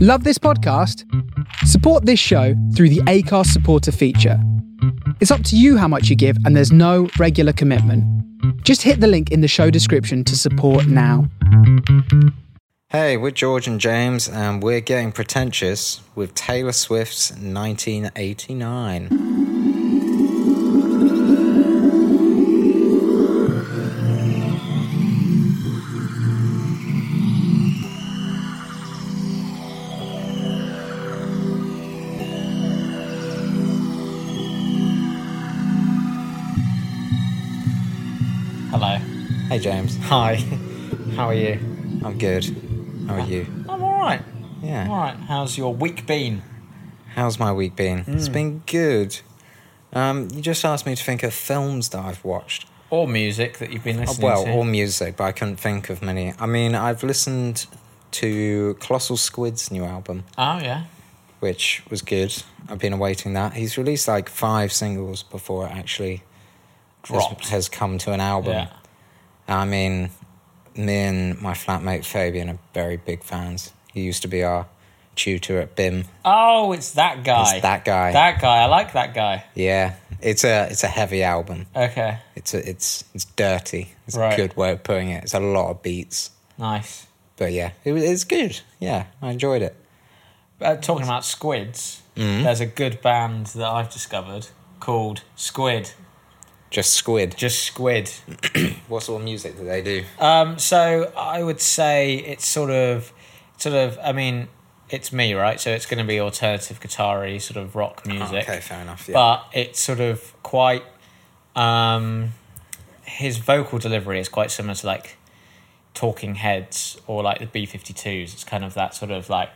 Love this podcast? Support this show through the ACARS supporter feature. It's up to you how much you give, and there's no regular commitment. Just hit the link in the show description to support now. Hey, we're George and James, and we're getting pretentious with Taylor Swift's 1989. Hello. Hey, James. Hi. How are you? I'm good. How are you? I'm alright. I'm Yeah. alright. How's your week been? How's my week been? It's Hmm. been good. Um, you just asked me to think of films that I've watched. Or music that you've been Oh, listening well, to? all music, but I couldn't think of many. I mean, I've listened to Colossal Squid's new album, Oh, yeah. which was good. I've been awaiting that. He's released like five singles before it actually has, Dropped. has come to an album. Yeah. I mean, me and my flatmate Fabian are very big fans. He used to be our tutor at BIM. Oh, it's that guy. It's that guy. That guy. I like that guy. Yeah, it's a it's a heavy album. Okay. It's a, it's it's dirty. It's a Right. good way of putting it. It's a lot of beats, Nice. but yeah, it was it's good. Yeah, I enjoyed it. Uh, talking about squids, Mm. there's a good band that I've discovered called Squid. Just Squid. Just Squid. What sort of music do they do? Um, so I would say it's sort of, sort of. I mean, it's me, right? So it's going to be alternative guitar-y sort of rock music. Ah, okay, fair enough, yeah. But it's sort of quite. Um, his vocal delivery is quite similar to like Talking Heads or like the B 52s. It's kind of that sort of like.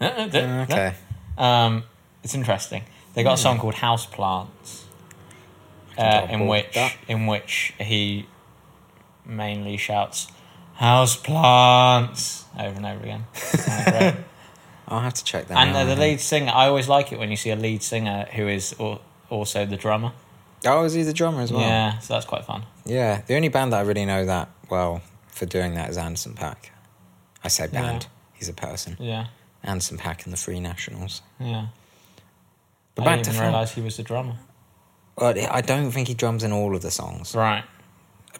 Okay. Okay, Um, it's interesting. They got a song called House Plants, uh, get on in board which with in which he mainly shouts "House Plants" over and over again. It's kinda great. I'll have to check that. and out. uh, the lead singer, I always like it when you see a lead singer who is al- also the drummer. Oh, is he the drummer as well? Yeah, so that's quite fun. Yeah, the only band that I really know that well for doing that is Anderson Pack. I say band. He's a person. Yeah, Anderson Pack and the Free Nationals. yeah. But I back didn't to even film. realise he was the drummer. Well, I don't think he drums in all of the songs. Right.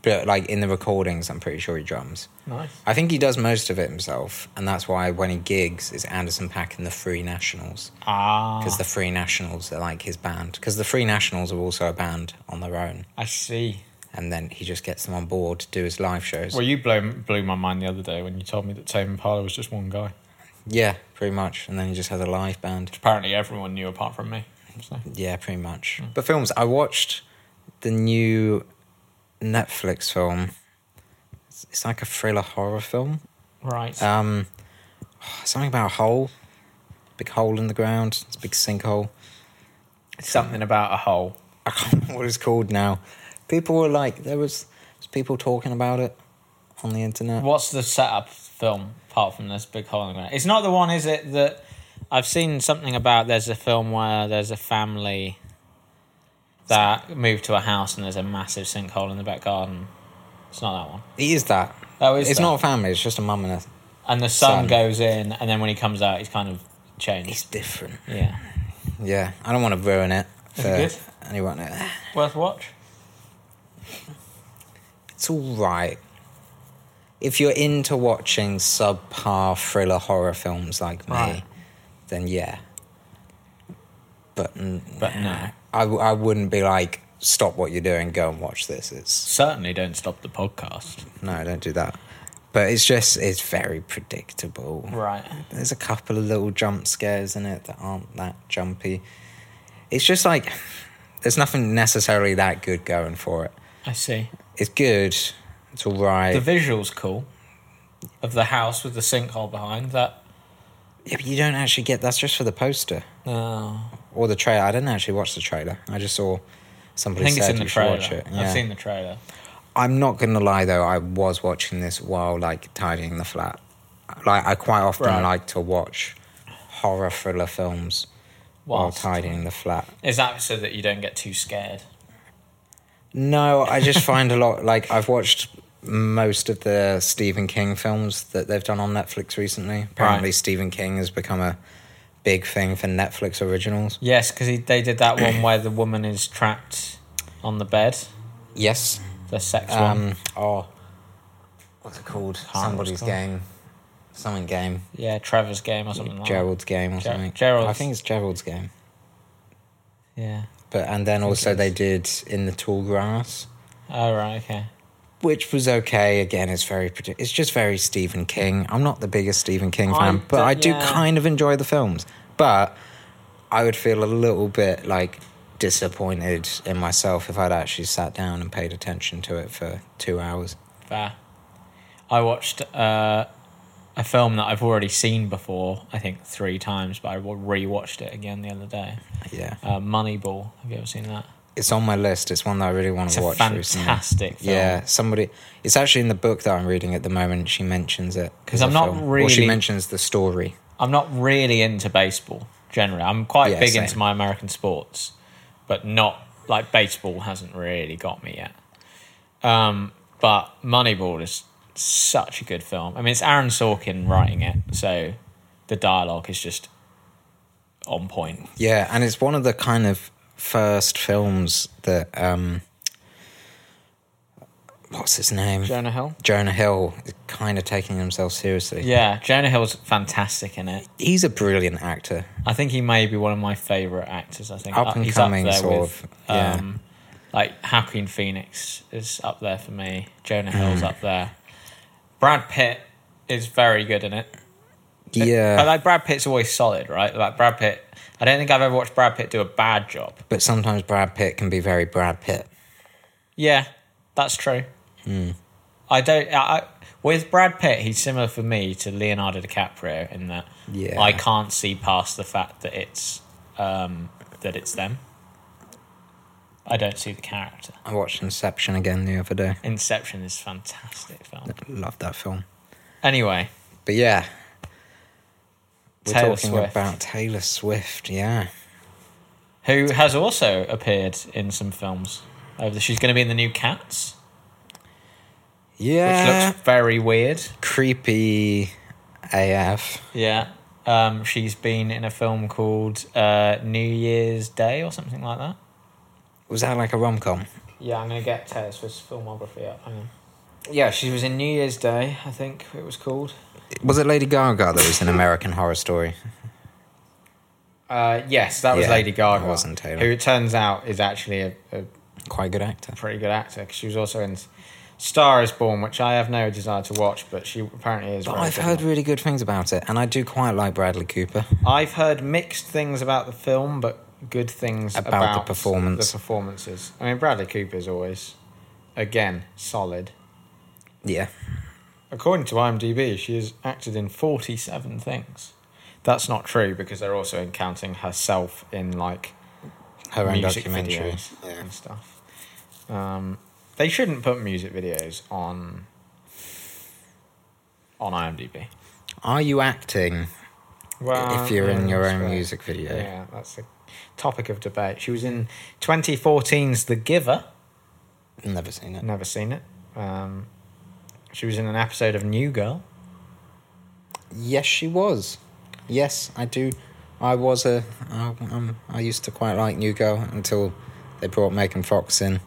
But like in the recordings, I'm pretty sure he drums. Nice. I think he does most of it himself, and that's why when he gigs, it's Anderson Pack and the Free Nationals Ah, because the Free Nationals are like his band because the Free Nationals are also a band on their own, I see. and then he just gets them on board to do his live shows. Well, you blew, blew my mind the other day when you told me that Tame Impala was just one guy. yeah, pretty much, and then he just has a live band. apparently everyone knew apart from me. So. Yeah, pretty much. Mm. But films, I watched the new Netflix film. It's, it's like a thriller horror film. Right. Um, something about a hole, big hole in the ground, it's a big sinkhole. Something about a hole. I can't remember what it's called now. People were like, there was, was people talking about it on the internet. What's the setup film apart from this big hole in the ground? It's not the one, is it? That I've seen something about. There's a film where there's a family that moved to a house and there's a massive sinkhole in the back garden. It's not that one. It is that. Oh, is it's that? not a family. It's just a mum and a. And the Son. son, goes in, and then when he comes out, he's kind of It's changed. different. Yeah. Yeah, I don't want to ruin it for Is it anyone. Worth watch. It's all right. If you're into watching subpar thriller horror films like me, Right. then yeah. But mm, But no. I, w- I wouldn't be like, stop what you're doing, go and watch this. It's Certainly don't stop the podcast. no, don't do that. But it's just it's very predictable. Right. There's a couple of little jump scares in it that aren't that jumpy. It's just like there's nothing necessarily that good going for it. I see. It's good. It's all right. The visuals cool of the house with the sinkhole behind that. yeah, but you don't actually get that's just for the poster Oh, or the trailer. I didn't actually watch the trailer. I just saw I somebody think it's said in the you should trailer. watch it. I've Yeah. seen the trailer. I'm not gonna lie though, I was watching this while like tidying the flat. Like I quite often Right. like to watch horror thriller films while Whilst- tidying the flat. Is that so that you don't get too scared? No, I just find a lot like I've watched most of the Stephen King films that they've done on Netflix recently. Apparently, Right. Stephen King has become a big thing for Netflix originals. Yes, because they did that one where the woman is trapped on the bed, Yes. the sex one. Um, oh, what's it called? remember Somebody's what it's called. game. Something game. Yeah, Trevor's game or something like Gerald's game or Ger- something. Gerald's. I think it's Gerald's game. that. Yeah. But and then also they did in the tall grass, Oh, right, okay. which was okay. Again, it's very predict- it's just very Stephen King. I'm not the biggest Stephen King I fan, but d- I do yeah. kind of enjoy the films. But I would feel a little bit like disappointed in myself if I'd actually sat down and paid attention to it for two hours. Fair. I watched uh, a film that I've already seen before, I think three times, but I wa- rewatched it again the other day. Yeah, Uh, Moneyball. Have you ever seen that? it's on my list. It's one that I really want It's to a watch. recently. fantastic film. Yeah, somebody. It's actually in the book that I'm reading at the moment. She mentions it 'Cause as a I'm not film. Or she really- mentions the story. I'm not really into baseball generally. I'm quite Yeah, big same. into my American sports, but not like baseball hasn't really got me yet. Um, but Moneyball is such a good film. I mean, it's Aaron Sorkin writing it, so the dialogue is just on point. Yeah, and it's one of the kind of first films that um what's his name? Jonah Hill. Jonah Hill is kind of taking himself seriously. Yeah, Jonah Hill's fantastic in it. He's a brilliant actor. I think he may be one of my favorite actors. I think Up Uh, and he's coming, up there sort with, of, yeah. um, like Joaquin Phoenix is up there for me. Jonah Hmm. Hill's up there. Brad Pitt is very good in it. But Yeah. Uh, like Brad Pitt's always solid, right? Like Brad Pitt. I don't think I've ever watched Brad Pitt do a bad job. But sometimes Brad Pitt can be very Brad Pitt. Yeah, that's true. Hmm. I don't. I, I, with Brad Pitt, he's similar for me to Leonardo DiCaprio in that Yeah. I can't see past the fact that it's um, that it's them. I don't see the character. I watched Inception again the other day. Inception is a fantastic film. Love that film. Anyway, But yeah. We're Taylor talking Swift. about Taylor Swift, yeah. who has also appeared in some films. Over the, she's going to be in the new Cats, which Yeah. looks very weird. creepy AF. Yeah. Um, she's been in a film called uh, New Year's Day or something like that. Was that like a rom com? Yeah, I'm gonna get Taylor Swift's filmography up. Hang on. Yeah, she was in New Year's Day, I think it was called. Was it Lady Gaga that was an American Horror Story? Uh, yes, that was Yeah, Lady Gaga. it wasn't Taylor. Who it turns out is actually a, a Quite a good actor. pretty good actor 'cause she was also in Star Is Born, which I have no desire to watch, but she apparently is. But very I've good heard in it. really good things about it, and I do quite like Bradley Cooper. I've heard mixed things about the film, but good things About about, the performance. The performances. I mean, Bradley Cooper's always, again, solid. Yeah. According to IMDb, she has acted in 47 things. That's not true because they're also in counting herself in like Her own music documentary. videos Yeah. and stuff. Um, they shouldn't put music videos on on IMDb. Are you acting if you're in your own music video? yeah, that's a topic of debate. She was in 2014's The Giver. Never seen it. Never seen it. Um, she was in an episode of New Girl. Yes, she was. Yes, I do. I was a. I, um, I used to quite like New Girl until they brought Megan Fox in,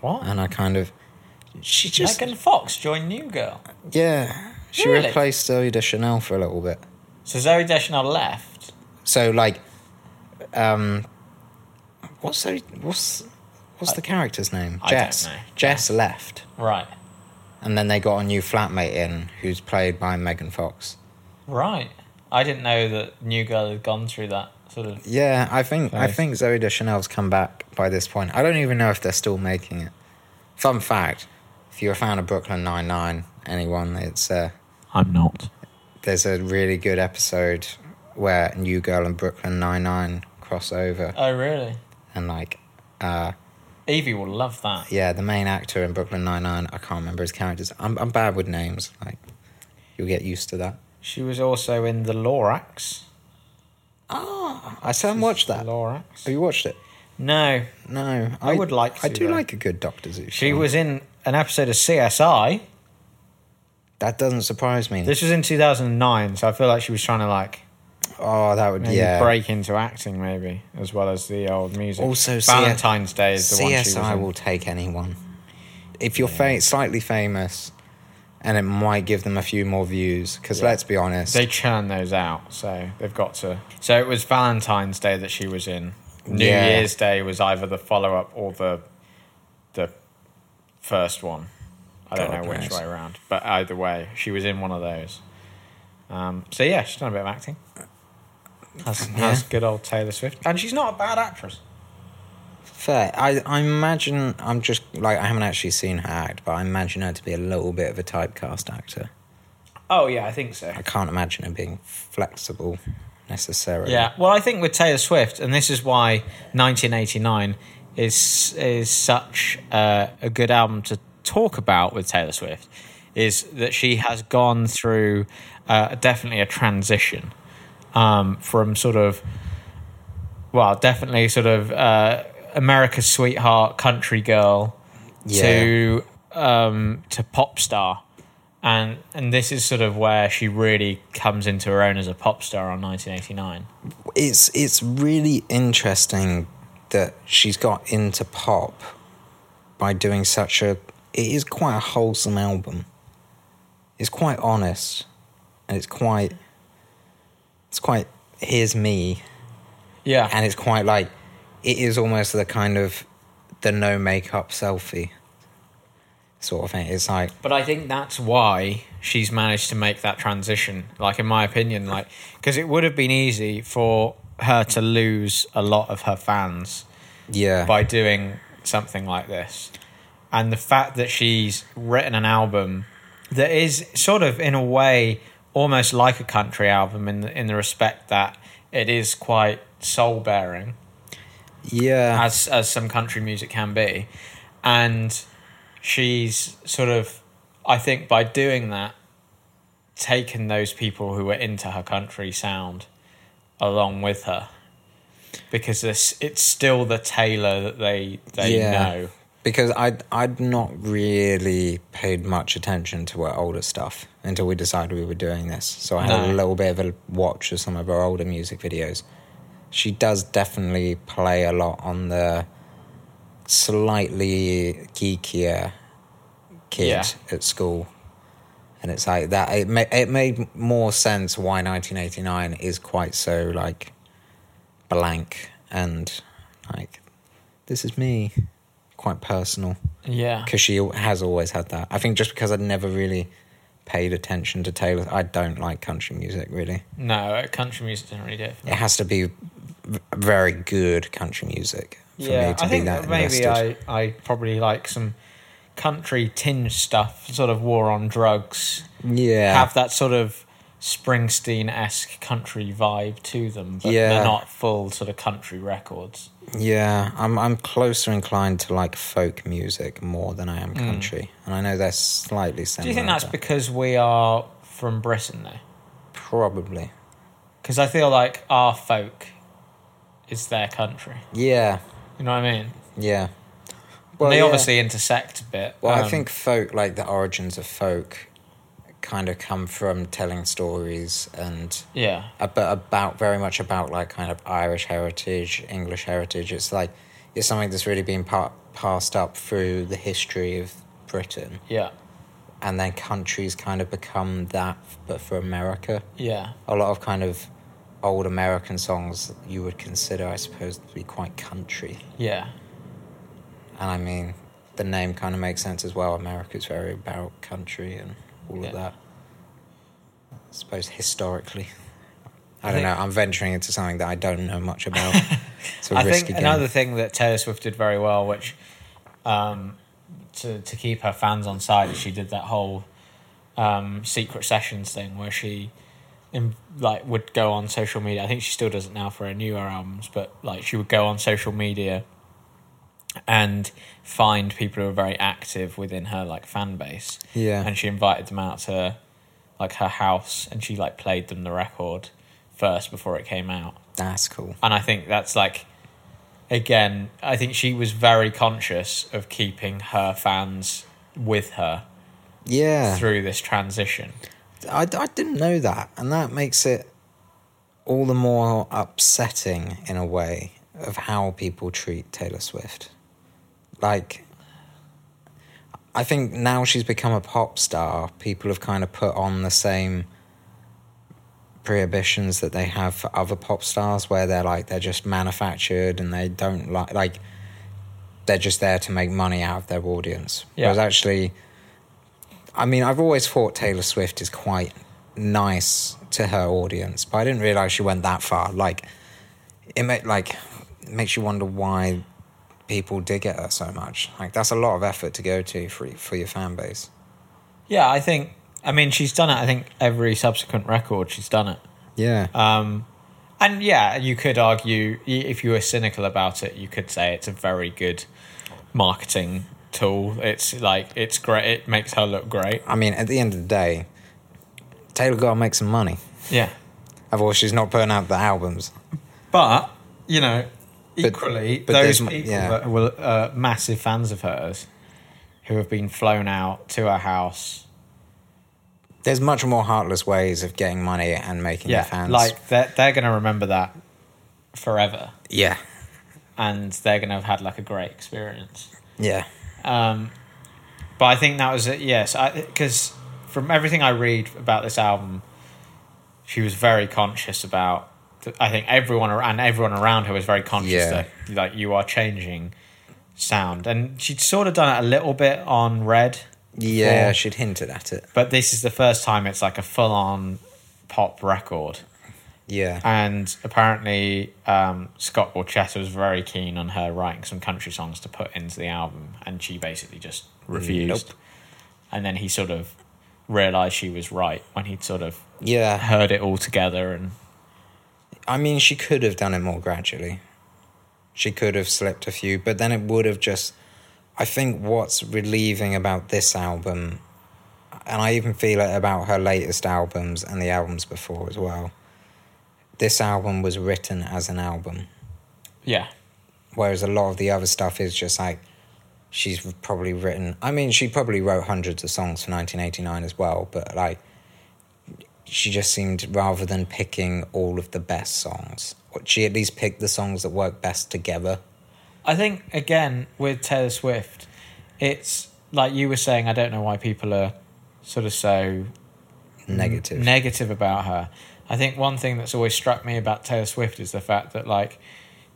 What? and I kind of. She Uh, just. Megan Fox joined New Girl. Yeah. She Really? replaced Zoe Deschanel for a little bit. So Zoe Deschanel left. So like, um, what's the, what's what's the character's name? I don't Jess. know. Jess left, Right. and then they got a new flatmate in, who's played by Megan Fox. Right. I didn't know that New Girl had gone through that sort of. Yeah, I think I Nice. think Zoe Deschanel's come back by this point. I don't even know if they're still making it. Fun fact: if you're a fan of Brooklyn Nine Nine, anyone, it's uh, I'm not. there's a really good episode where New Girl and Brooklyn Nine Nine cross over, Oh really? and like, uh. Evie will love that. yeah, the main actor in Brooklyn Nine Nine. I can't remember his characters. I'm I'm bad with names. Like, you'll get used to that. She was also in The Lorax. I still haven't watched that. Lorax. Have you watched it? No, No, I would like I to, do though. like a good Doctor Who. she show. was in an episode of CSI. That doesn't surprise me. This was in 2009, so I feel like she was trying to like oh, that would maybe yeah. break into acting, maybe as well as the old music. Also, C- Valentine's Day is the one she was CSI in. will take anyone. If you're fa- slightly famous, and it might give them a few more views. Because let's be honest, They churn those out, so they've got to. So it was Valentine's Day that she was in. New Yeah. Year's Day was either the follow up or the the first one. I don't God know which knows. way around, but either way, she was in one of those. Um, so yeah, she's done a bit of acting. That's, that's good old Taylor Swift, and she's not a bad actress. fair. I, I imagine I'm just like I haven't actually seen her act, but I imagine her to be a little bit of a typecast actor. Oh yeah, I think so. I can't imagine her being flexible necessarily. Yeah, well, I think with Taylor Swift, and this is why 1989 is is such uh, a good album to talk about with Taylor Swift, is that she has gone through uh, definitely a transition um, from sort of, well, definitely sort of uh, America's sweetheart, country girl, to um, to pop star, and and this is sort of where she really comes into her own as a pop star on 1989. it's it's really interesting that she's got into pop by doing such a it is quite a wholesome album. It's quite honest and it's quite it's quite here's me Yeah, and it's quite like it is almost the kind of the no makeup selfie sort of thing. It's like but I think that's why she's managed to make that transition. Like in my opinion, like because it would have been easy for her to lose a lot of her fans yeah. by doing something like this. And the fact that she's written an album that is sort of, in a way, almost like a country album in the, in the respect that it is quite soul bearing, yeah. as, as some country music can be. And she's sort of, I think, by doing that, taken those people who were into her country sound along with her. Because this, it's still the tailor that they they know. Because I'd I'd not really paid much attention to her older stuff until we decided we were doing this. So I had No. a little bit of a watch of some of her older music videos. She does definitely play a lot on the slightly geekier kid Yeah. at school. And it's like that. It ma- it made more sense why 1989 is quite so like blank and like this is me quite personal Yeah. because she has always had that i think just because i'd never really paid attention to taylor i don't like country music really No, uh, country music didn't really do it for me. it has to be v- very good country music for me to I be think that maybe invested. I, I probably like some country tinge stuff, sort of war on drugs. yeah Have that sort of Springsteen esque country vibe to them, but Yeah. they're not full sort of country records. Yeah, I'm I'm closer inclined to like folk music more than I am country, and I know they're slightly similar. Hmm. Do you think that's but because we are from Britain though? probably? Because I feel like our folk is their country. Yeah, You know what I mean? yeah. Well, they yeah. obviously intersect a bit. Well, I um, think folk, like the origins of folk, kind of come from telling stories and yeah, about, about very much about like kind of Irish heritage, English heritage. It's like it's something that's really been pa- passed up through the history of Britain, yeah, and then countries kind of become that, but for America. yeah. a lot of kind of old American songs you would consider, I suppose, to be quite country. Yeah. And I mean, the name kind of makes sense as well. America's very about country and all Yeah. of that. I suppose historically. I, I don't think- know. I'm venturing into something that I don't know much about. it's a I risky think game. another thing that Taylor Swift did very well, which um, to to keep her fans on side, is she did that whole um, secret sessions thing where she in, like would go on social media. I think she still does it now for her newer albums, but like she would go on social media and find people who are very active within her like fan base. Yeah. and she invited them out to like her house, and she like played them the record first before it came out That's cool. and I think that's like again, I think she was very conscious of keeping her fans with her Yeah. through this transition. I, I didn't know that, and that makes it all the more upsetting in a way of how people treat Taylor Swift. Like, I think now she's become a pop star, people have kind of put on the same prohibitions that they have for other pop stars, where they're like, they're just manufactured and they don't like, like, they're just there to make money out of their audience. Yeah. Whereas actually, I mean, I've always thought Taylor Swift is quite nice to her audience, but I didn't realize she went that far. Like, it ma- like it makes you wonder why people dig at her so much. Like, that's a lot of effort to go to for for your fan base. Yeah, I think. I mean, she's done it. I think every subsequent record, she's done it. Yeah, Um, and yeah, you could argue i- if you were cynical about it, you could say it's a very good marketing tool. It's like it's great. It makes her look great. I mean, at the end of the day, Taylor got to make some money. Yeah, Otherwise, she's not putting out the albums. but you know, equally but those there's m- people yeah. that were uh, massive fans of hers, who have been flown out to her house. There's much more heartless ways of getting money and making Yeah, your fans. like they're they're gonna remember that forever, yeah, and they're gonna have had like a great experience. yeah, Um, but I think that was it. Yes, because from everything I read about this album, she was very conscious about. th- I think everyone ar- and everyone around her was very conscious Yeah. that like you are changing sound, and she'd sort of done it a little bit on Red, yeah. Or- She'd hinted at it. but this is the first time it's like a full on pop record. Yeah, And apparently, um, Scott Borchetta was very keen on her writing some country songs to put into the album, and she basically just refused. And then he sort of realized she was right when he'd sort of yeah. heard it all together. And I mean, she could have done it more gradually. She could have slipped a few, but then it would have just. I think what's relieving about this album, and I even feel it about her latest albums and the albums before as well, this album was written as an album. yeah, Whereas a lot of the other stuff is just like, she's probably written. I mean, she probably wrote hundreds of songs for 1989 as well, but like, she just seemed rather than picking all of the best songs, she at least picked the songs that work best together. I think again with Taylor Swift, it's like you were saying. I don't know why people are sort of so Mm-hmm. Negative. negative about her. I think one thing that's always struck me about Taylor Swift is the fact that like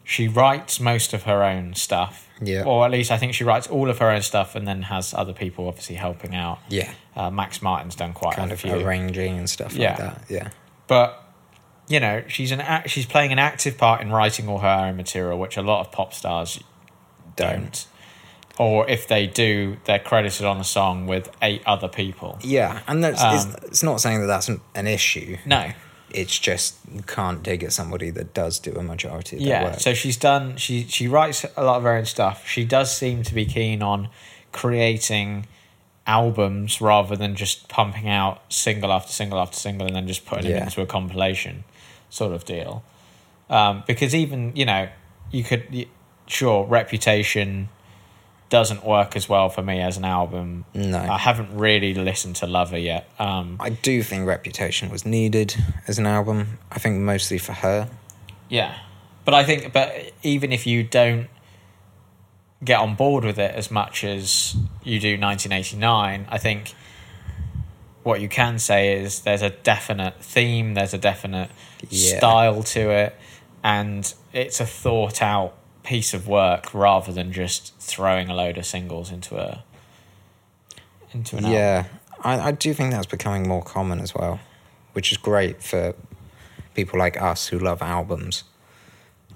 she writes most of her own stuff. Yeah. Or at least I think she writes all of her own stuff and then has other people obviously helping out. yeah, Uh, Max Martin's done quite kind a of few. arranging and stuff Yeah. like that. Yeah, But you know, she's an act- she's playing an active part in writing all her own material, which a lot of pop stars don't. Or if they do, they're credited on a song with eight other people. yeah, and that's it's, it's not saying that that's an, an issue. Um, No, It's just you can't dig at somebody that does do a majority of their yeah work. so she's done she she writes a lot of her own stuff she does seem to be keen on creating albums rather than just pumping out single after single after single and then just putting it Yeah. into a compilation sort of deal um, because even you know you could y- sure reputation doesn't work as well for me as an album No. i haven't really listened to lover yet um, I do think Reputation was needed as an album. I think mostly for her. Yeah, but I think, but even if you don't get on board with it as much as you do 1989, I think what you can say is there's a definite theme, there's a definite Yeah. style to it, and it's a thought out piece of work rather than just throwing a load of singles into a into an album. Yeah, I, I do think that's becoming more common as well, which is great for people like us who love albums.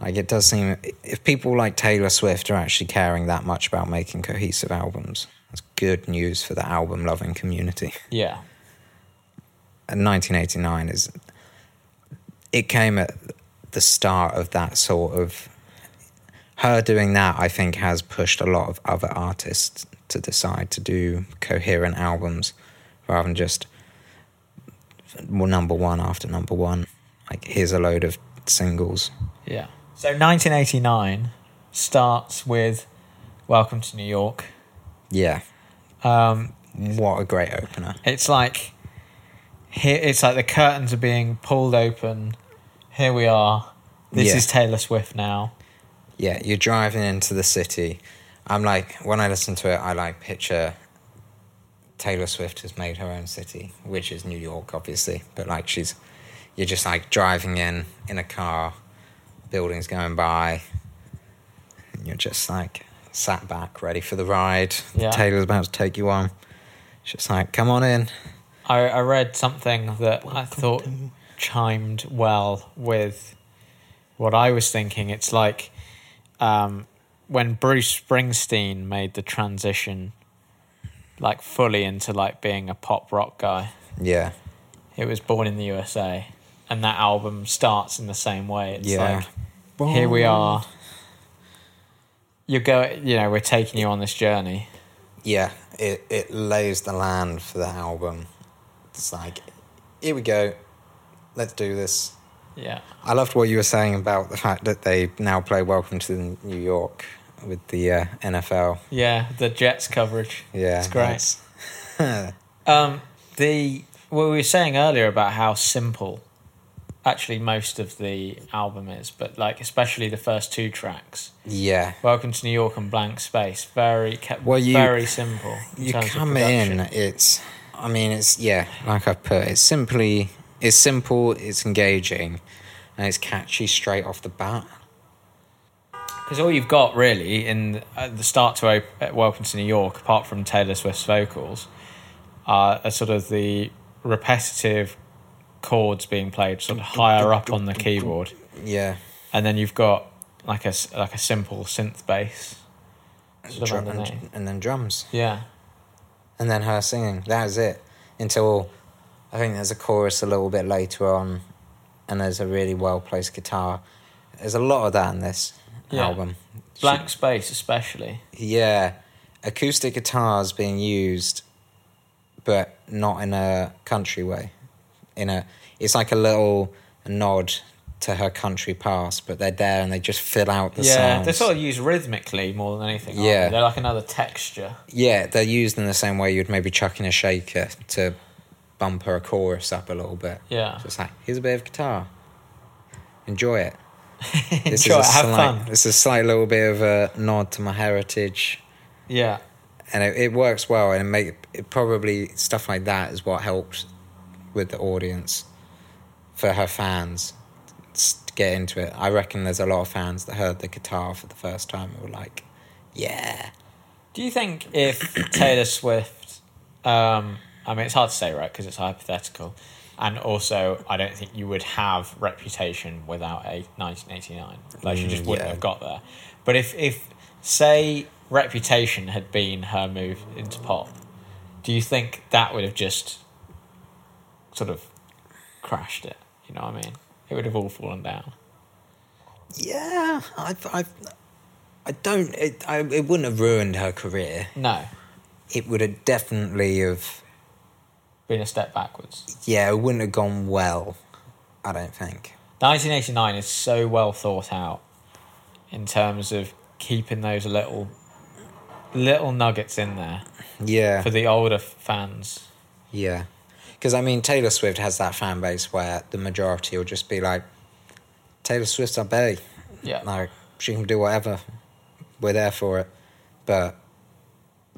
Like it does seem if people like Taylor Swift are actually caring that much about making cohesive albums, that's good news for the album loving community. Yeah. And 1989 is it came at the start of that sort of her doing that I think has pushed a lot of other artists to decide to do coherent albums rather than just well, number one after number one like here's a load of singles Yeah. So 1989 starts with "Welcome to New York." Yeah. Um, What a great opener. it's like here. It's like the curtains are being pulled open. Here we are. This Yeah. is Taylor Swift now. Yeah, you're driving into the city. I'm like, when I listen to it, I like picture Taylor Swift has made her own city, which is New York, obviously. But like, she's, you're just like driving in in a car, buildings going by, and you're just like sat back, ready for the ride. Yeah. Taylor's about to take you on. She's just like, come on in. I, I read something that I thought chimed well with what I was thinking. It's like um, when Bruce Springsteen made the transition, like fully into like being a pop rock guy. Yeah, He was born in the USA, and that album starts in the same way. It's yeah. like here we are. You go, you know, we're taking you on this journey. yeah, it it lays the land for the album. It's like, here we go, let's do this. Yeah, I loved what you were saying about the fact that they now play Welcome to New York with the uh, NFL. yeah. The Jets coverage. Yeah, it's great. that's- Um, the well, we were saying earlier about how simple, actually, most of the album is, but like especially the first two tracks, yeah, "Welcome to New York" and "Blank Space," very kept Well, you- very simple. In you terms of come production. in. It's, I mean, it's yeah, like I put, it's simply, it's simple, it's engaging, and it's catchy straight off the bat. Because all you've got really in at the start to op- at Welcome to New York, apart from Taylor Swift's vocals, are, are sort of the repetitive chords being played sort of higher up on the keyboard, Yeah, and then you've got like a s- like a simple synth bass. Sort of drum, underneath. and, and then drums. Yeah, and then her singing. That is it. Until I think there's a chorus a little bit later on, and there's a really well placed guitar. There's a lot of that in this Yeah. album. blank space especially. Yeah, acoustic guitars being used, but not in a country way. In a, it's like a little nod to her country past, but they're there and they just fill out the yeah, sounds. they're sort of used rhythmically more than anything. aren't Yeah. they? they're like another texture. Yeah, they're used in the same way you'd maybe chuck in a shaker to bump her chorus up a little bit. Yeah. So it's like, here's a bit of guitar. Enjoy it. This Enjoy is it, a have slight, fun. This is a slight little bit of a nod to my heritage. Yeah, And it, it works well and it make it probably stuff like that is what helped with the audience for her fans s- to get into it. I reckon there's a lot of fans that heard the guitar for the first time and were like, Yeah. Do you think if Taylor Swift, um, I mean, it's hard to say, right? Because it's hypothetical, and also I don't think you would have reputation without a 1989. Like she just Mm, wouldn't yeah. have got there. But if if say reputation had been her move into pop, do you think that would have just sort of crashed it? You know what I mean? It would have all fallen down. Yeah, I, I, I don't. It, I, it wouldn't have ruined her career. No, It would have definitely have. been a step backwards. Yeah, it wouldn't have gone well. I don't think. 1989 is so well thought out in terms of keeping those little little nuggets in there Yeah, for the older f- fans. yeah. Because I mean, Taylor Swift has that fan base where the majority will just be like, "Taylor Swift's our bae. Yeah. Like she can do whatever. We're there for it." But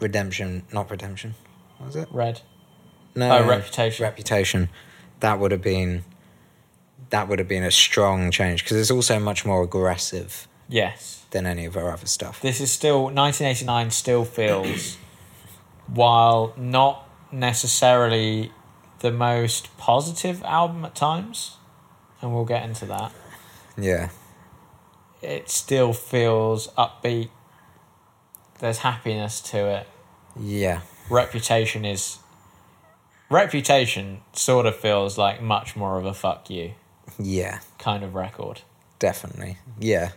redemption, not redemption. What was it? Red. No, Oh, Reputation. Reputation. That would have been. That would have been a strong change because it's also much more aggressive Yes. than any of her other stuff. This is still 1989 still feels while not necessarily the most positive album at times and we'll get into that. yeah, It still feels upbeat. There's happiness to it. yeah, reputation is reputation sort of feels like much more of a fuck you yeah, kind of record definitely, yeah.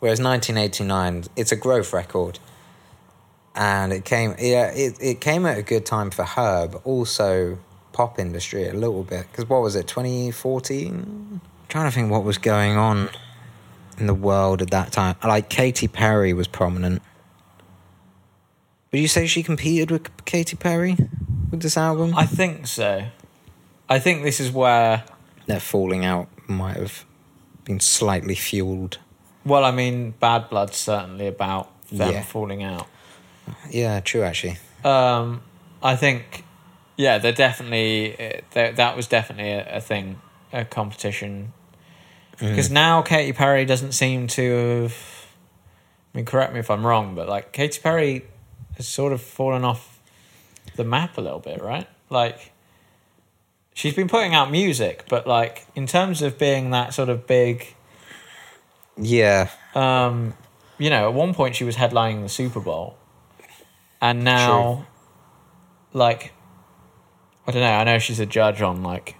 Whereas 1989, it's a growth record, and it came, yeah, it it came at a good time for her, but also pop industry a little bit because what was it, 2014? Trying to think what was going on in the world at that time. Like Katy Perry was prominent. Would you say she competed with Katy Perry with this album? I think so. I think this is where. Their falling out might have been slightly fueled. Well, I mean, Bad Blood's certainly about them Yeah. falling out. Yeah, true. Actually, Um, I think, yeah, they're definitely eh, they, that was definitely a, a thing, a competition. Because now Katy Perry doesn't seem to have. I mean, correct me if I'm wrong, but like Katy Perry has sort of fallen off the map a little bit, right? Like she's been putting out music, but like in terms of being that sort of big, yeah, um, you know, at one point she was headlining the Super Bowl, and now, like, I don't know. I know she's a judge on like,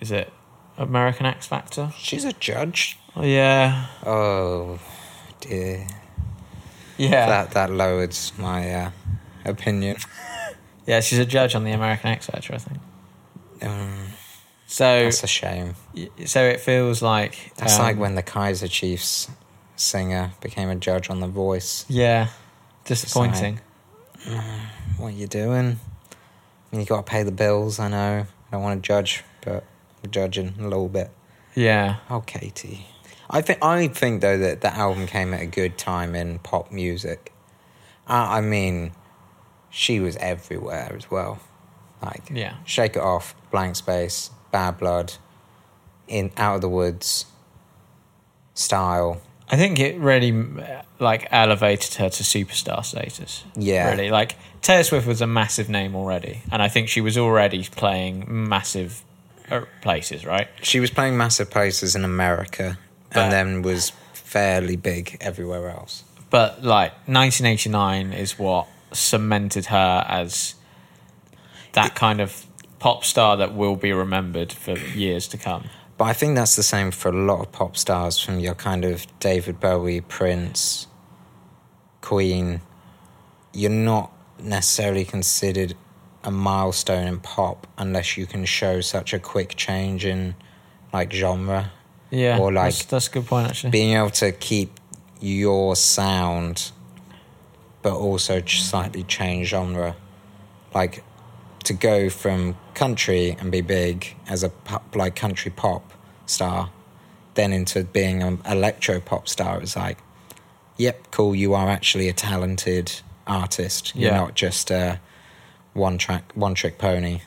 is it American X Factor? she's a judge. Oh, yeah, Oh dear, yeah, that that lowers my uh, opinion. yeah. She's a judge on the American X Factor, I think. Um, So, that's a shame. y- so it feels like That's um, like when the Kaiser Chiefs singer became a judge on The Voice. yeah, disappointing. What are you doing? You got to pay the bills. I know. I don't want to judge, but I'm judging a little bit. Yeah, Oh, Katie. I think I think though that the album came at a good time in pop music. Uh, I mean, she was everywhere as well. Like Yeah. Shake It Off, Blank Space, Bad Blood, in Out of the Woods, Style. I think it really like elevated her to superstar status. Yeah. really. Like Taylor Swift was a massive name already, and I think she was already playing massive uh, places, right? She was playing massive places in America, But- and then was fairly big everywhere else. But like 1989 is what cemented her as that kind of pop star that will be remembered for years to come. But I think that's the same for a lot of pop stars from your kind of David Bowie, Prince, Queen. You're not necessarily considered a milestone in pop unless you can show such a quick change in like genre. Yeah, Or, like, that's, that's a good point actually. Being able to keep your sound but also ch- slightly change genre. Like to go from country and be big as a pop, like country pop star, then into being an electro pop star. It's like, yep, cool. You are actually a talented artist. You're Yeah. not just a one track, one trick pony.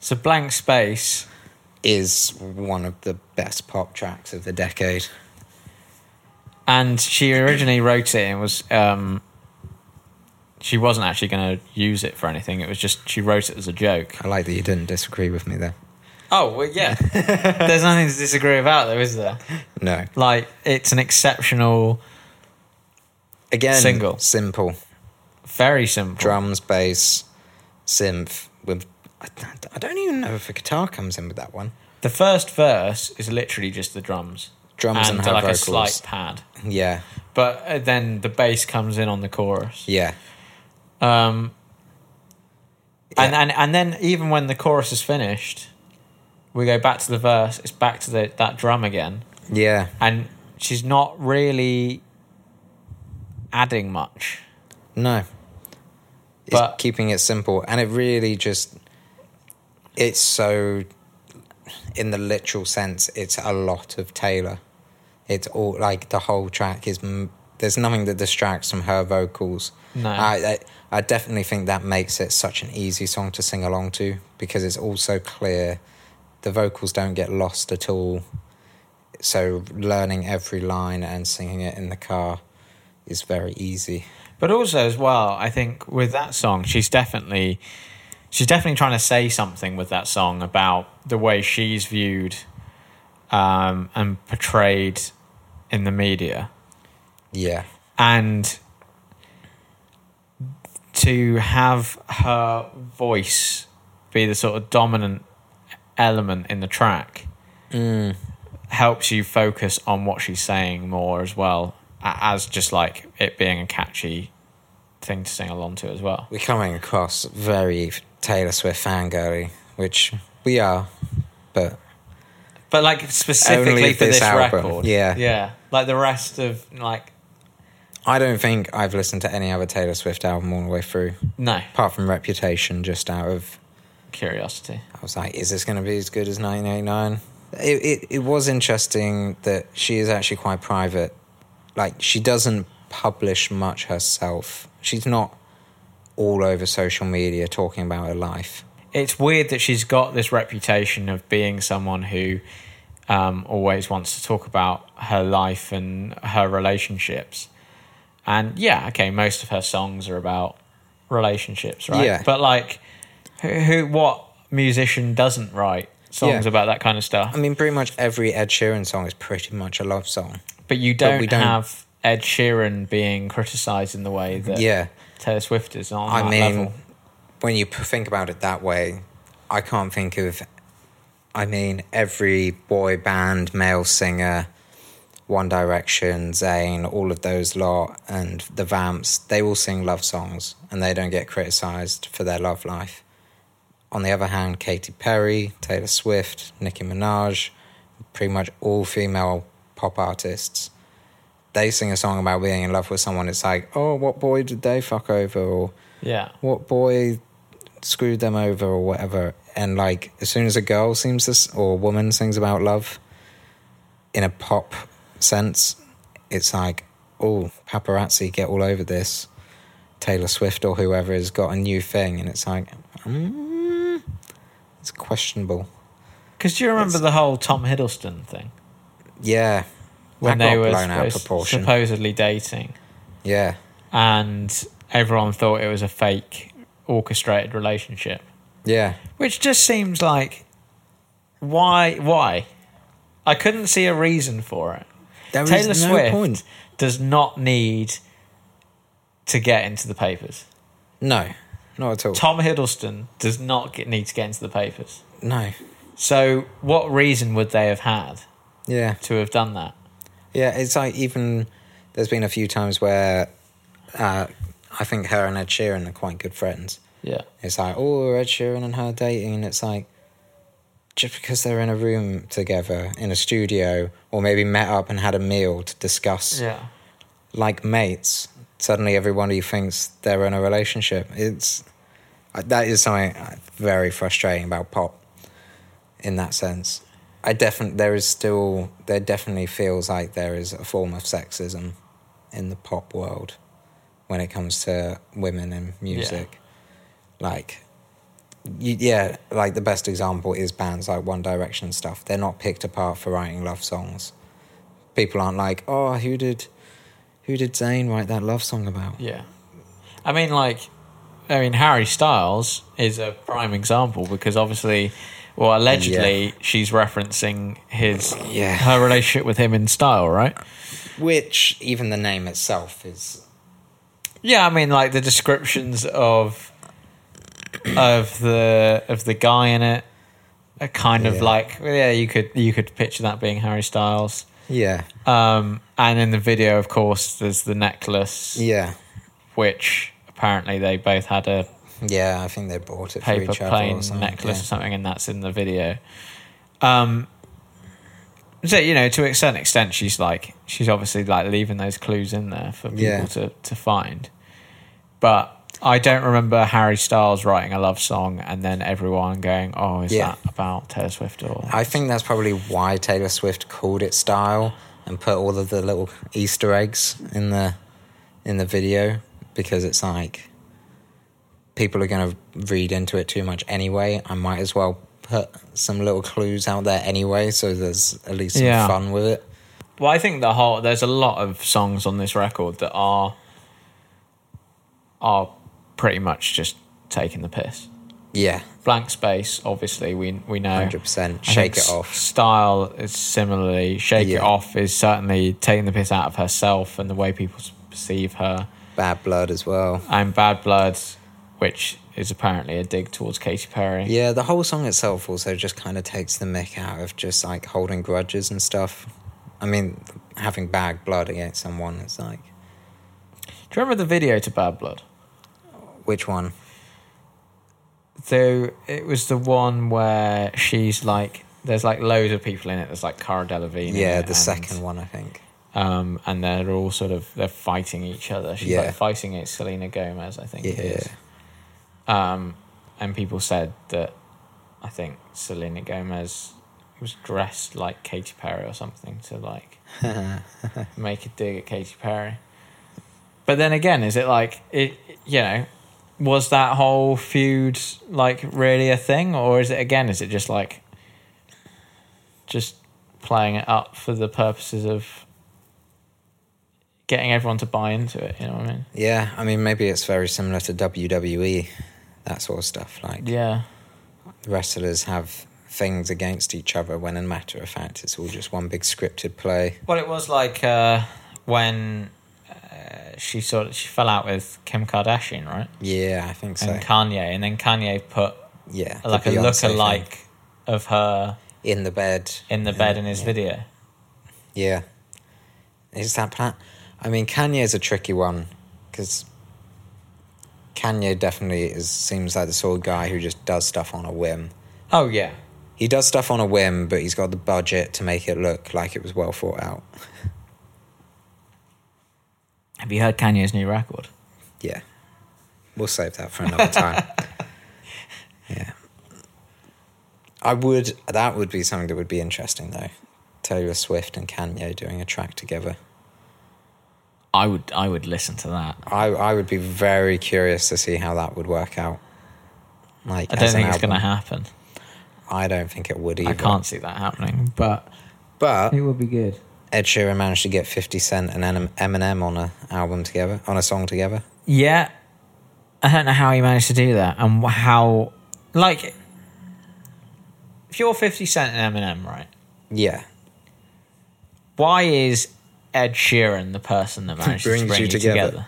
so blank space. Is one of the best pop tracks of the decade. and she originally wrote it and was um she wasn't actually going to use it for anything it was just she wrote it as a joke I like that you didn't disagree with me there. oh well, yeah there's nothing to disagree about though is there No, like it's an exceptional again, Single. simple. very simple drums, bass, synth. With I, I don't even know if a guitar comes in with that one. the first verse is literally just the drums uh, Drums and, her like vocals. a slight pad Yeah, but uh, then the bass comes in on the chorus yeah, um and, Yeah. and and then even when the chorus is finished we go back to the verse it's back to the, that drum again yeah. and she's not really adding much. No, it's But- keeping it simple, and it really just it's so in the literal sense. It's a lot of Taylor. It's all like the whole track is. m- There's nothing that distracts from her vocals. No. I, I I definitely think that makes it such an easy song to sing along to because it's all so clear. The vocals don't get lost at all. So learning every line and singing it in the car is very easy. But also as well, I think with that song, she's definitely she's definitely trying to say something with that song about the way she's viewed um, and portrayed in the media. Yeah. and to have her voice be the sort of dominant element in the track Mm. helps you focus on what she's saying more as well a- as just like it being a catchy thing to sing along to as well we're coming across very Taylor Swift fangirly, which we are, but But like specifically Only for this this, album, record. yeah. Yeah. Like the rest of like I don't think I've listened to any other Taylor Swift album all the way through, no apart from Reputation, just out of. curiosity. I was like, is this going to be as good as 1989? It, it, it was interesting that she is actually quite private. Like, she doesn't publish much herself. She's not all over social media talking about her life. It's weird that she's got this reputation of being someone who um, always wants to talk about her life and her relationships. And yeah, okay, most of her songs are about relationships, right? Yeah. But like, who, who what musician doesn't write songs Yeah. about that kind of stuff? I mean, pretty much every Ed Sheeran song is pretty much a love song. But you don't, we don't- have Ed Sheeran being criticised in the way that Yeah. Taylor Swift is on I that mean, level. when you p- think about it that way, I can't think of. I mean, every boy band, male singer, One Direction, Zayn, all of those lot, and the Vamps, they all sing love songs and they don't get criticized for their love life. On the other hand, Katy Perry, Taylor Swift, Nicki Minaj, pretty much all female pop artists, they sing a song about being in love with someone. It's like, oh, what boy did they fuck over? Or Yeah. what boy screwed them over or whatever. And like, as soon as a girl seems this or a woman sings about love in a pop sense, it's like, oh, paparazzi get all over this. Taylor Swift or whoever has got a new thing, and it's like, mm, it's questionable. Because do you remember the whole Tom Hiddleston thing? Yeah, when that they got were blown out of supposed- proportion. supposedly dating, yeah, and everyone thought it was a fake, orchestrated relationship, yeah. which just seems like why? Why? I couldn't see a reason for it. There is Taylor no Swift point. does not need to get into the papers. No, not at all. Tom Hiddleston does not get, need to get into the papers. no, So, what reason would they have had yeah. to have done that? Yeah, it's like even there's been a few times where uh, I think her and Ed Sheeran are quite good friends. Yeah. It's like, oh, Ed Sheeran and her dating, and it's like just because they're in a room together in a studio, or maybe met up and had a meal to discuss Yeah. like mates, suddenly everybody thinks they're in a relationship. It's that is something uh, very frustrating about pop in that sense. I definitely there is still there definitely feels like there is a form of sexism in the pop world when it comes to women and music. Like you, yeah, like the best example is bands like One Direction and stuff. They're not picked apart for writing love songs. People aren't like, oh, who did who did Zayn write that love song about? Yeah. I mean, like, I mean, Harry Styles is a prime example because obviously, well, allegedly, she's referencing his Yeah. her relationship with him in style, right? Which even the name itself is Yeah, I mean, like the descriptions of of the of the guy in it are kind of Yeah. like yeah, you could you could picture that being Harry Styles. yeah, Um, and in the video, of course, there's the necklace, yeah, which apparently they both had a yeah. I think they bought it for paper each other plane or something. necklace or something, and that's in the video. Um, so you know, to a certain extent, she's like she's obviously like leaving those clues in there for people Yeah. to to find. But I don't remember Harry Styles writing a love song and then everyone going, "Oh, is Yeah. that about Taylor Swift?" Or Yeah. I think that's probably why Taylor Swift called it style and put all of the little Easter eggs in the in the video because it's like people are going to read into it too much anyway. I might as well put some little clues out there anyway, so there's at least some Yeah. fun with it. well, I think the whole there's a lot of songs on this record that are are pretty much just taking the piss. Yeah, Blank Space, obviously, we we know. hundred percent. I think Shake it s- off. Style is similarly. Shake It Yeah. Off is certainly taking the piss out of herself and the way people s- perceive her. Bad blood as well. And Bad Blood, which is apparently a dig towards Katy Perry. Yeah, the whole song itself also just kind of takes the mick out of just like holding grudges and stuff. I mean, having bad blood against someone, it's like, Do you remember the video to Bad Blood? which one? Though it was the one where she's like there's like loads of people in it. There's like Cara Delevingne. in Yeah, it the and, second one, I think. Um, and they're all sort of they're fighting each other. She's Yeah. like fighting it, Selena Gomez, I think. it Yeah. is. Um, and people said that I think Selena Gomez was dressed like Katy Perry or something to like make a dig at Katy Perry. But then again, is it like it? You know, was that whole feud like really a thing, or is it again? Is it just like just playing it up for the purposes of getting everyone to buy into it? You know what I mean? Yeah, I mean, maybe it's very similar to WWE, that sort of stuff. Like, Yeah. wrestlers have things against each other when, in matter of fact, it's all just one big scripted play. Well, it was like uh, when uh, she sort of she fell out with Kim Kardashian, right? Yeah, I think so. And Kanye, and then Kanye put yeah. the like a Beyonce thing. lookalike of her In the bed. in the bed in his video. Yeah. Is that plan? I mean, Kanye's a tricky one because Kanye definitely is seems like the sort of guy who just does stuff on a whim. Oh yeah, He does stuff on a whim, but he's got the budget to make it look like it was well thought out. have you heard Kanye's new record? Yeah. We'll save that for another time. yeah. I would, that would be something that would be interesting though. Taylor Swift and Kanye doing a track together. I would I would listen to that. I, I would be very curious to see how that would work out. Like, I don't as an think it's going to album. happen. I don't think it would either. I can't see that happening, but But would be good. Ed Sheeran managed to get 50 Cent and Em- Eminem on a album together, on a song together. Yeah, I don't know how he managed to do that and wh- how like if you're Fifty Cent and Eminem, right? Yeah. Why is Ed Sheeran the person that managed Brings to bring you you together. together?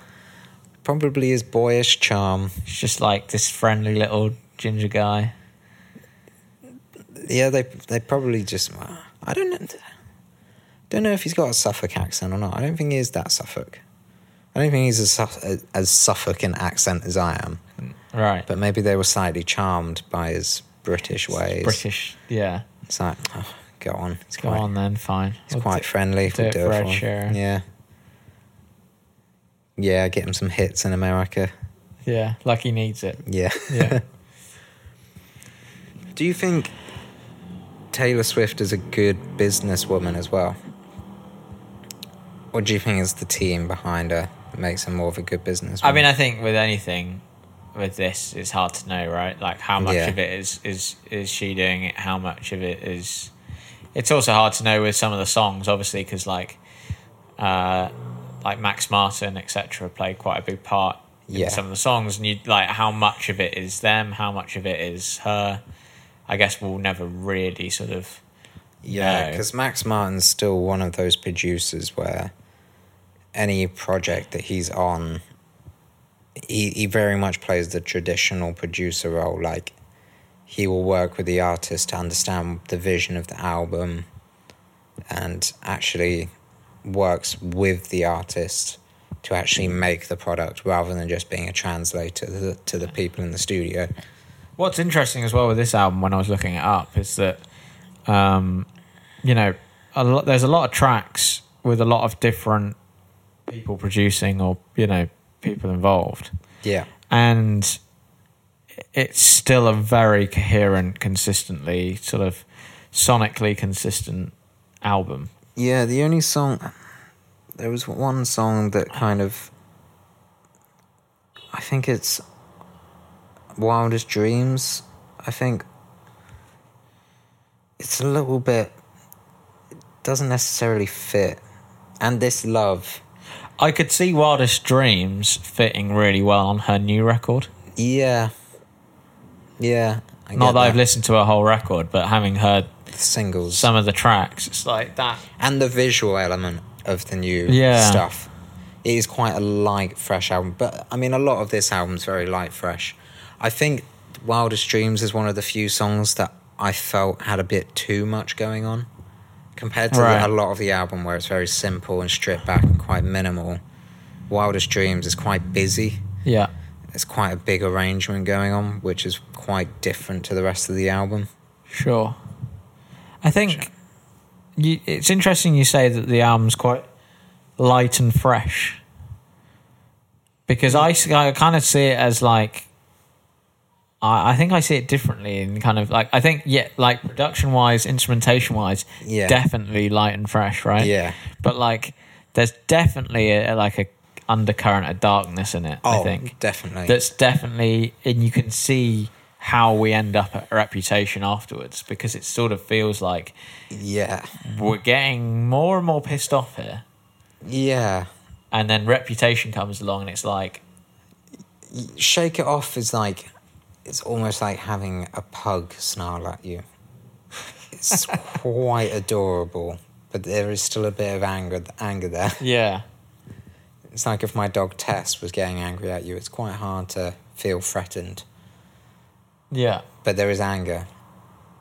Probably his boyish charm. It's just like this friendly little ginger guy. Yeah, they they probably just. I don't know. Don't know if he's got a Suffolk accent or not. I don't think he is that Suffolk. I don't think he's as Suff- as Suffolk in accent as I am. Right. But maybe they were slightly charmed by his British ways. British. Yeah. It's like, oh, go on. It's Go quite, on then, fine. It's quite friendly. do we'll it do for it Ed for him. Sheeran. Yeah. Yeah, get him some hits in America. Yeah, like he needs it. Yeah. Yeah. Do you think Taylor Swift is a good businesswoman as well? What do you think is the team behind her that makes her more of a good businesswoman? I mean, I think with anything, with this, it's hard to know, right? Like how much Yeah. of it is is is she doing it? How much of it is? It's also hard to know with some of the songs, obviously, because like, uh, like Max Martin, etc., played quite a big part Yeah. in some of the songs, and you like how much of it is them, how much of it is her. I guess we'll never really sort of yeah, no. because Uh, Max Martin's still one of those producers where any project that he's on, he, he very much plays the traditional producer role. Like, he will work with the artist to understand the vision of the album and actually works with the artist to actually make the product rather than just being a translator to the, to the people in the studio. What's interesting as well with this album, when I was looking it up, is that um, you know a lot, there's a lot of tracks with a lot of different people producing or you know people involved, Yeah. and it's still a very coherent, consistently sort of sonically consistent album. Yeah, the only song there was one song that kind of I think it's Wildest Dreams. I think it's a little bit it doesn't necessarily fit. And this love. I could see Wildest Dreams fitting really well on her new record. Yeah. Yeah. I Not get that I've listened to her whole record, but having heard singles. some of the tracks, it's like that and the visual element of the new Yeah. stuff. It is quite a light, fresh album. But I mean, a lot of this album's very light, fresh. I think Wildest Dreams is one of the few songs that I felt had a bit too much going on compared to the- Right. a lot of the album where it's very simple and stripped back and quite minimal. Wildest Dreams is quite busy. yeah. There's quite a big arrangement going on, which is quite different to the rest of the album. Sure. I think you, it's interesting you say that the album's quite light and fresh because I, I kind of see it as like I, I think I see it differently and kind of like I think yeah like production wise instrumentation wise Yeah. definitely light and fresh right Yeah. but like there's definitely a, like a undercurrent of darkness in it Oh, I think definitely. that's definitely and you can see how we end up at reputation afterwards because it sort of feels like yeah. we're getting more and more pissed off here Yeah. and then reputation comes along and it's like Shake It Off is like, it's almost like having a pug snarl at you. It's quite adorable, but there is still a bit of anger, anger there. yeah It's like if my dog Tess was getting angry at you, it's quite hard to feel threatened. yeah But there is anger.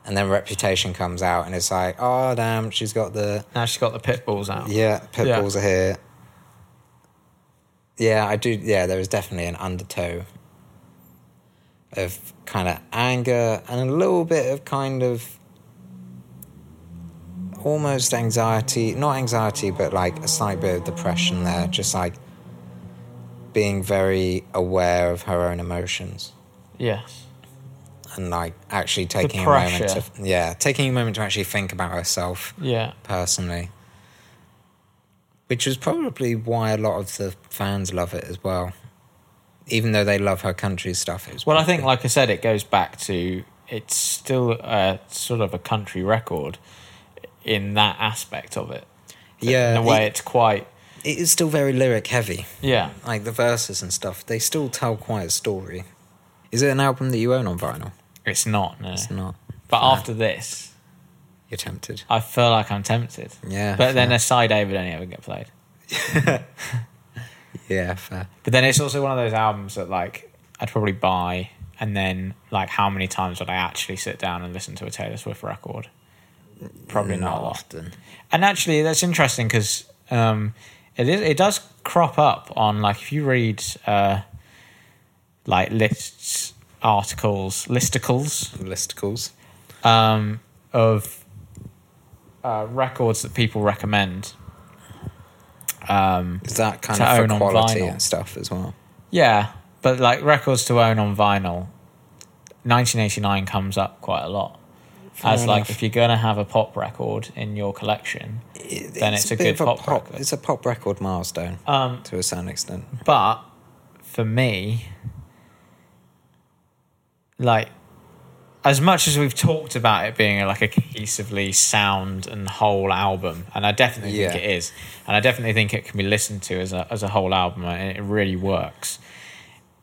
And then reputation comes out, and it's like, oh, damn, she's got the. now she's got the pit bulls out Yeah, pit Yeah. bulls are here. Yeah, I do. Yeah, there is definitely an undertow of kind of anger and a little bit of kind of almost anxiety. Not anxiety, but like a slight bit of depression there. Just like being very aware of her own emotions yes and like actually taking a pressure. moment to yeah taking a moment to actually think about herself yeah personally. Which is probably why a lot of the fans love it as well. Even though they love her country stuff. It was well i think like i said it goes back to it's still a sort of a country record in that aspect of it yeah, in a way Uh, it- it's quite it is still very lyric heavy. yeah Like the verses and stuff, they still tell quite a story. Is it an album that you own on vinyl? it's not no it's Not. but after this You're tempted. I feel like I'm tempted. Yeah, But then fair. a side A would only ever get played. Yeah, fair. But then it's also one of those albums that like I'd probably buy and then like how many times would I actually sit down and listen to a Taylor Swift record? Probably not, a lot. often. And actually that's interesting because um, it is it does crop up on like if you read uh, like lists articles listicles Listicles. um, of uh, records that people recommend Is that kind To of own for on quality vinyl. and stuff as well? Yeah, but like records to own on vinyl, 1989 comes up quite a lot. As like enough. if you're gonna have a pop record in your collection, It- Then it's a bit of good a pop record. It's a pop record milestone Um, to a certain extent. but for me, like as much as we've talked about it being like a cohesively sound and whole album, and I definitely Yeah. think it is, and I definitely think it can be listened to as a as a whole album, and it really works.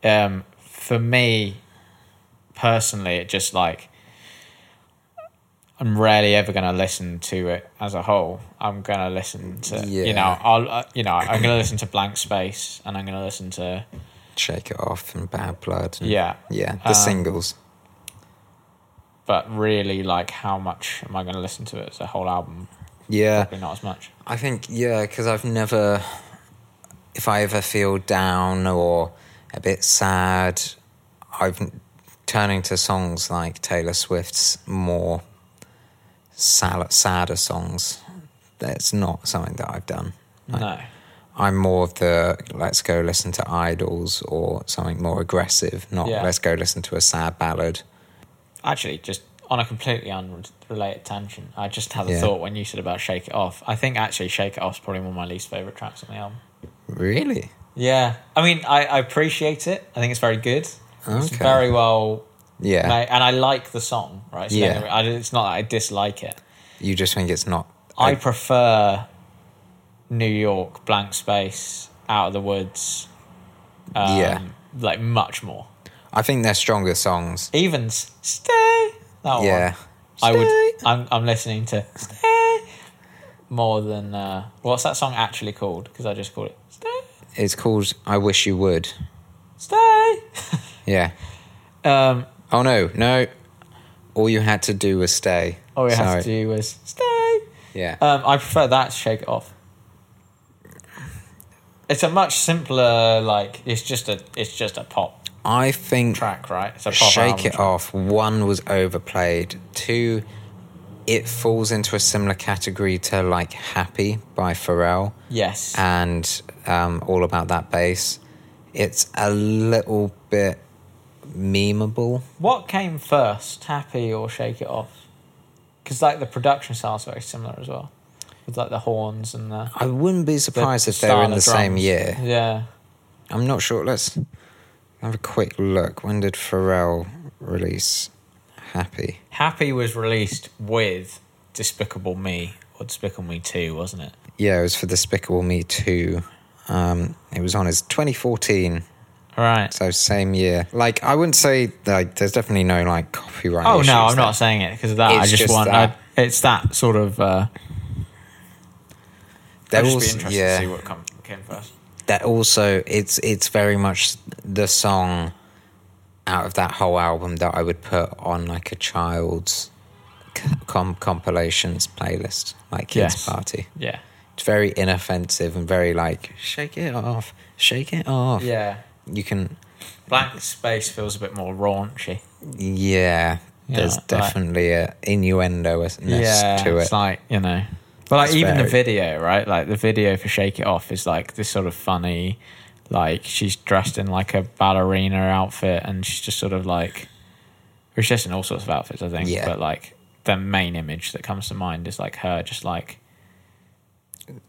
Um, for me, personally, it just like I'm rarely ever going to listen to it as a whole. I'm going to listen to you Yeah. know I'll uh, you know I'm going to listen to Blank Space and I'm going to listen to Mm. Shake It Off and Bad Blood. And, Yeah. Yeah, the Um, singles. but really like how much am I going to listen to it as a whole album? Yeah. Probably not as much. I think, yeah, because I've never, if I ever feel down or a bit sad, I've turning to songs like Taylor Swift's more sal- sadder songs. That's not something that I've done. No. I'm more of the let's go listen to idols or something more aggressive, not Yeah. let's go listen to a sad ballad. Actually, just on a completely unrelated tangent, I just had a Yeah. thought when you said about Shake It Off. I think actually Shake It Off's probably one of my least favorite tracks on the album. Really? Yeah, I mean, I, I appreciate it. I think it's very good. It's Okay. very well Yeah. made, and I like the song. Right? So Yeah. yeah. I, it's not that I dislike it. You just think it's not. I prefer New York, Blank Space, Out of the Woods. Um, Yeah. like much more. I think they're stronger songs. Even S- Stay. That Yeah. one. I would. I'm I'm listening to Stay more than uh, what's that song actually called? Because I just called it Stay. It's called I Wish You Would. Stay. Yeah. um, Oh no, no. All you had to do was stay. all we Sorry. had to do was Stay. Yeah. Um, I prefer that to Shake It Off. It's a much simpler, like it's just a it's just a pop I think track, right? It's a pop Shake album It track. Off, one was overplayed. Two, it falls into a similar category to like Happy by Pharrell Yes. and um, All About That Bass. It's a little bit memeable. what came first, Happy or Shake It Off? Because like the production style's very similar as well, with like the horns and the. I wouldn't be the surprised if style they're in the of same drums. year. Yeah. I'm not sure. Let's have a quick look. When did Pharrell release Happy? Happy was released with Despicable Me or Despicable Me 2, wasn't it? Yeah, it was for Despicable Me 2. Um, it was on his 2014, Right. so same year. Like, I wouldn't say, like, there's definitely no, like, copyright Oh issues no, I'm there. not saying it because of that. I It's just, just want that. I, it's that sort of. Uh, There I'd just was- be interested yeah. to see what come, came first. that also it's it's very much the song out of that whole album that I would put on like a child's c- com- compilations playlist, like kids Yes. party. Yeah. It's very inoffensive and very like shake it off, shake it off. Yeah. You can, Black Space feels a bit more raunchy. yeah. Yeah, there's like- definitely a innuendo yeah, to it. It's like, you know. But like It's even the very- video, right? Like the video for Shake It Off is like this sort of funny like she's dressed in like a ballerina outfit and she's just sort of like she's just in all sorts of outfits, I think. Yeah. But like the main image that comes to mind is like her just like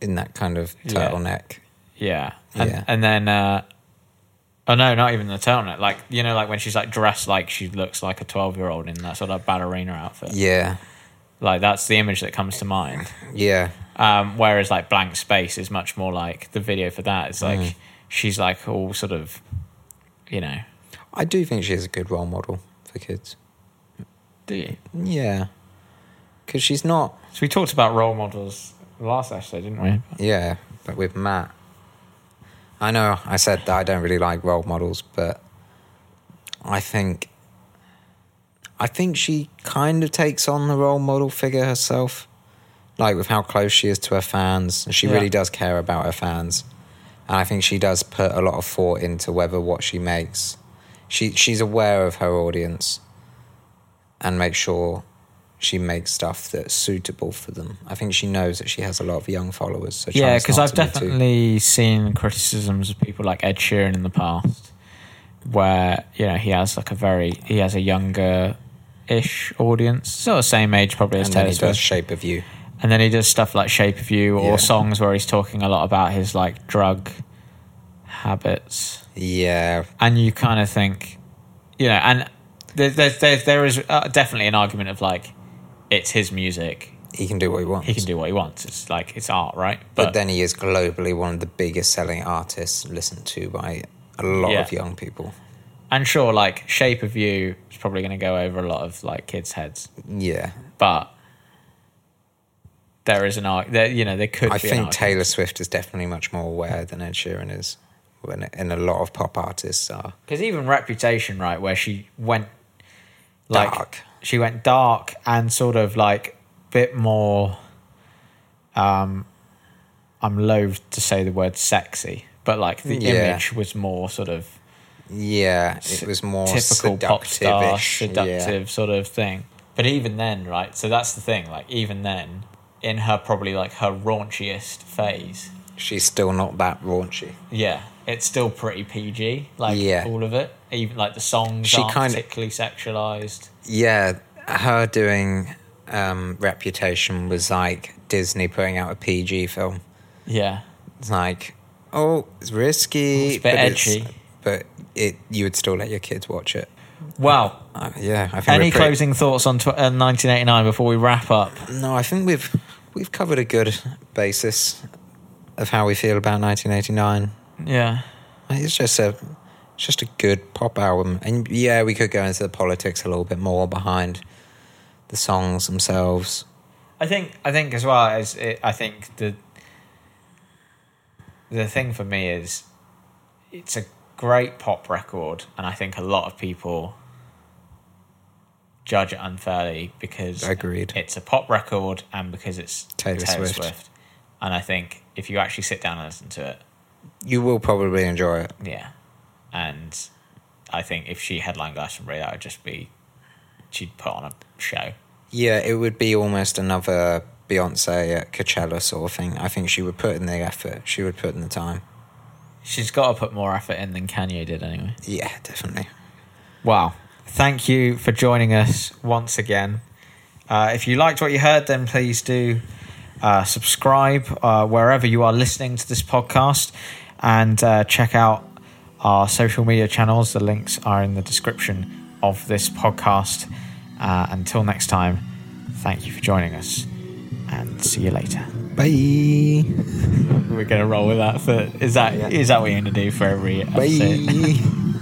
in that kind of Yeah. turtleneck. yeah. And Yeah. and then uh Oh no, not even the turtleneck. Like you know, like when she's like dressed like she looks like a twelve year old in that sort of ballerina outfit. Yeah, Like that's the image that comes to mind. yeah, Um, whereas like blank space is much more like the video for that. It's like she's like all sort of, you know, I do think she is a good role model for kids. do you? Yeah, because she's not. So we talked about role models last episode, didn't we? Yeah, but with Matt, I know I said that I don't really like role models, but I think I think she kind of takes on the role model figure herself, like with how close she is to her fans. She Yeah. really does care about her fans, and I think she does put a lot of thought into whether what she makes. She she's aware of her audience, and makes sure she makes stuff that's suitable for them. I think she knows that she has a lot of young followers. So Yeah, tries because not I've to be too- definitely seen criticisms of people like Ed Sheeran in the past, where you know he has like a very he has a younger ish audience, sort of same age probably as and then Taylor he does Swift. shape of you. and then he does stuff like Shape of You or Yeah. songs where he's talking a lot about his like drug habits. Yeah, and you kind of think, you know, and there, there, there, there is uh, definitely an argument of like, it's his music. he can do what he wants. He can do what he wants. It's like it's art, right? But, then he is globally one of the biggest selling artists listened to by a lot Yeah. of young people. and sure, like Shape of You is probably going to go over a lot of like kids' heads, Yeah. but there is an art. There, you know, there could. I be think an arg- Taylor Swift is definitely much more aware than Ed Sheeran is, when, and a lot of pop artists are. because even Reputation, right, where she went like Dark. she went dark and sort of like bit more. Um, I'm loath to say the word sexy, but like the Yeah. image was more sort of Yeah, it was more typical pop star, seductive-ish, yeah. seductive sort of thing. But even then, right? So that's the thing. Like even then, in her probably like her raunchiest phase, She's still not that raunchy. yeah, it's still pretty PG. Like Yeah. all of it, even like the songs She aren't kinda- particularly sexualized. yeah, her doing um, Reputation was like Disney putting out a PG film. Yeah, It's like, oh, it's risky, It's a bit but edgy. but it you would still let your kids watch it. Wow. Uh, yeah, I think. Any we're pretty- closing thoughts on tw- uh, 1989 before we wrap up? No, I think we've we've covered a good basis of how we feel about 1989. Yeah. It's just a it's just a good pop album, and yeah, we could go into the politics a little bit more behind the songs themselves. I think I think as well as it, I think the the thing for me is it's a great pop record and I think a lot of people judge it unfairly because Agreed. it's a pop record and because it's Taylor Taylor, Swift. Swift. And I think if you actually sit down and listen to it, You will probably enjoy it. Yeah. And I think if she headlined Glastonbury, that would just be she'd put on a show. Yeah, it would be almost another Beyonce at Coachella sort of thing. I think she would put in the effort. She would put in the time. She's got to put more effort in than Kanye did anyway. Yeah, definitely. Wow. Thank you for joining us once again. Uh, if you liked what you heard, then please do uh, subscribe uh, wherever you are listening to this podcast and uh, check out our social media channels. The links are in the description of this podcast. Uh, until next time, thank you for joining us and see you later. Bye. We're going to roll with that. For, is that is that what you're going to do for every episode? Bye.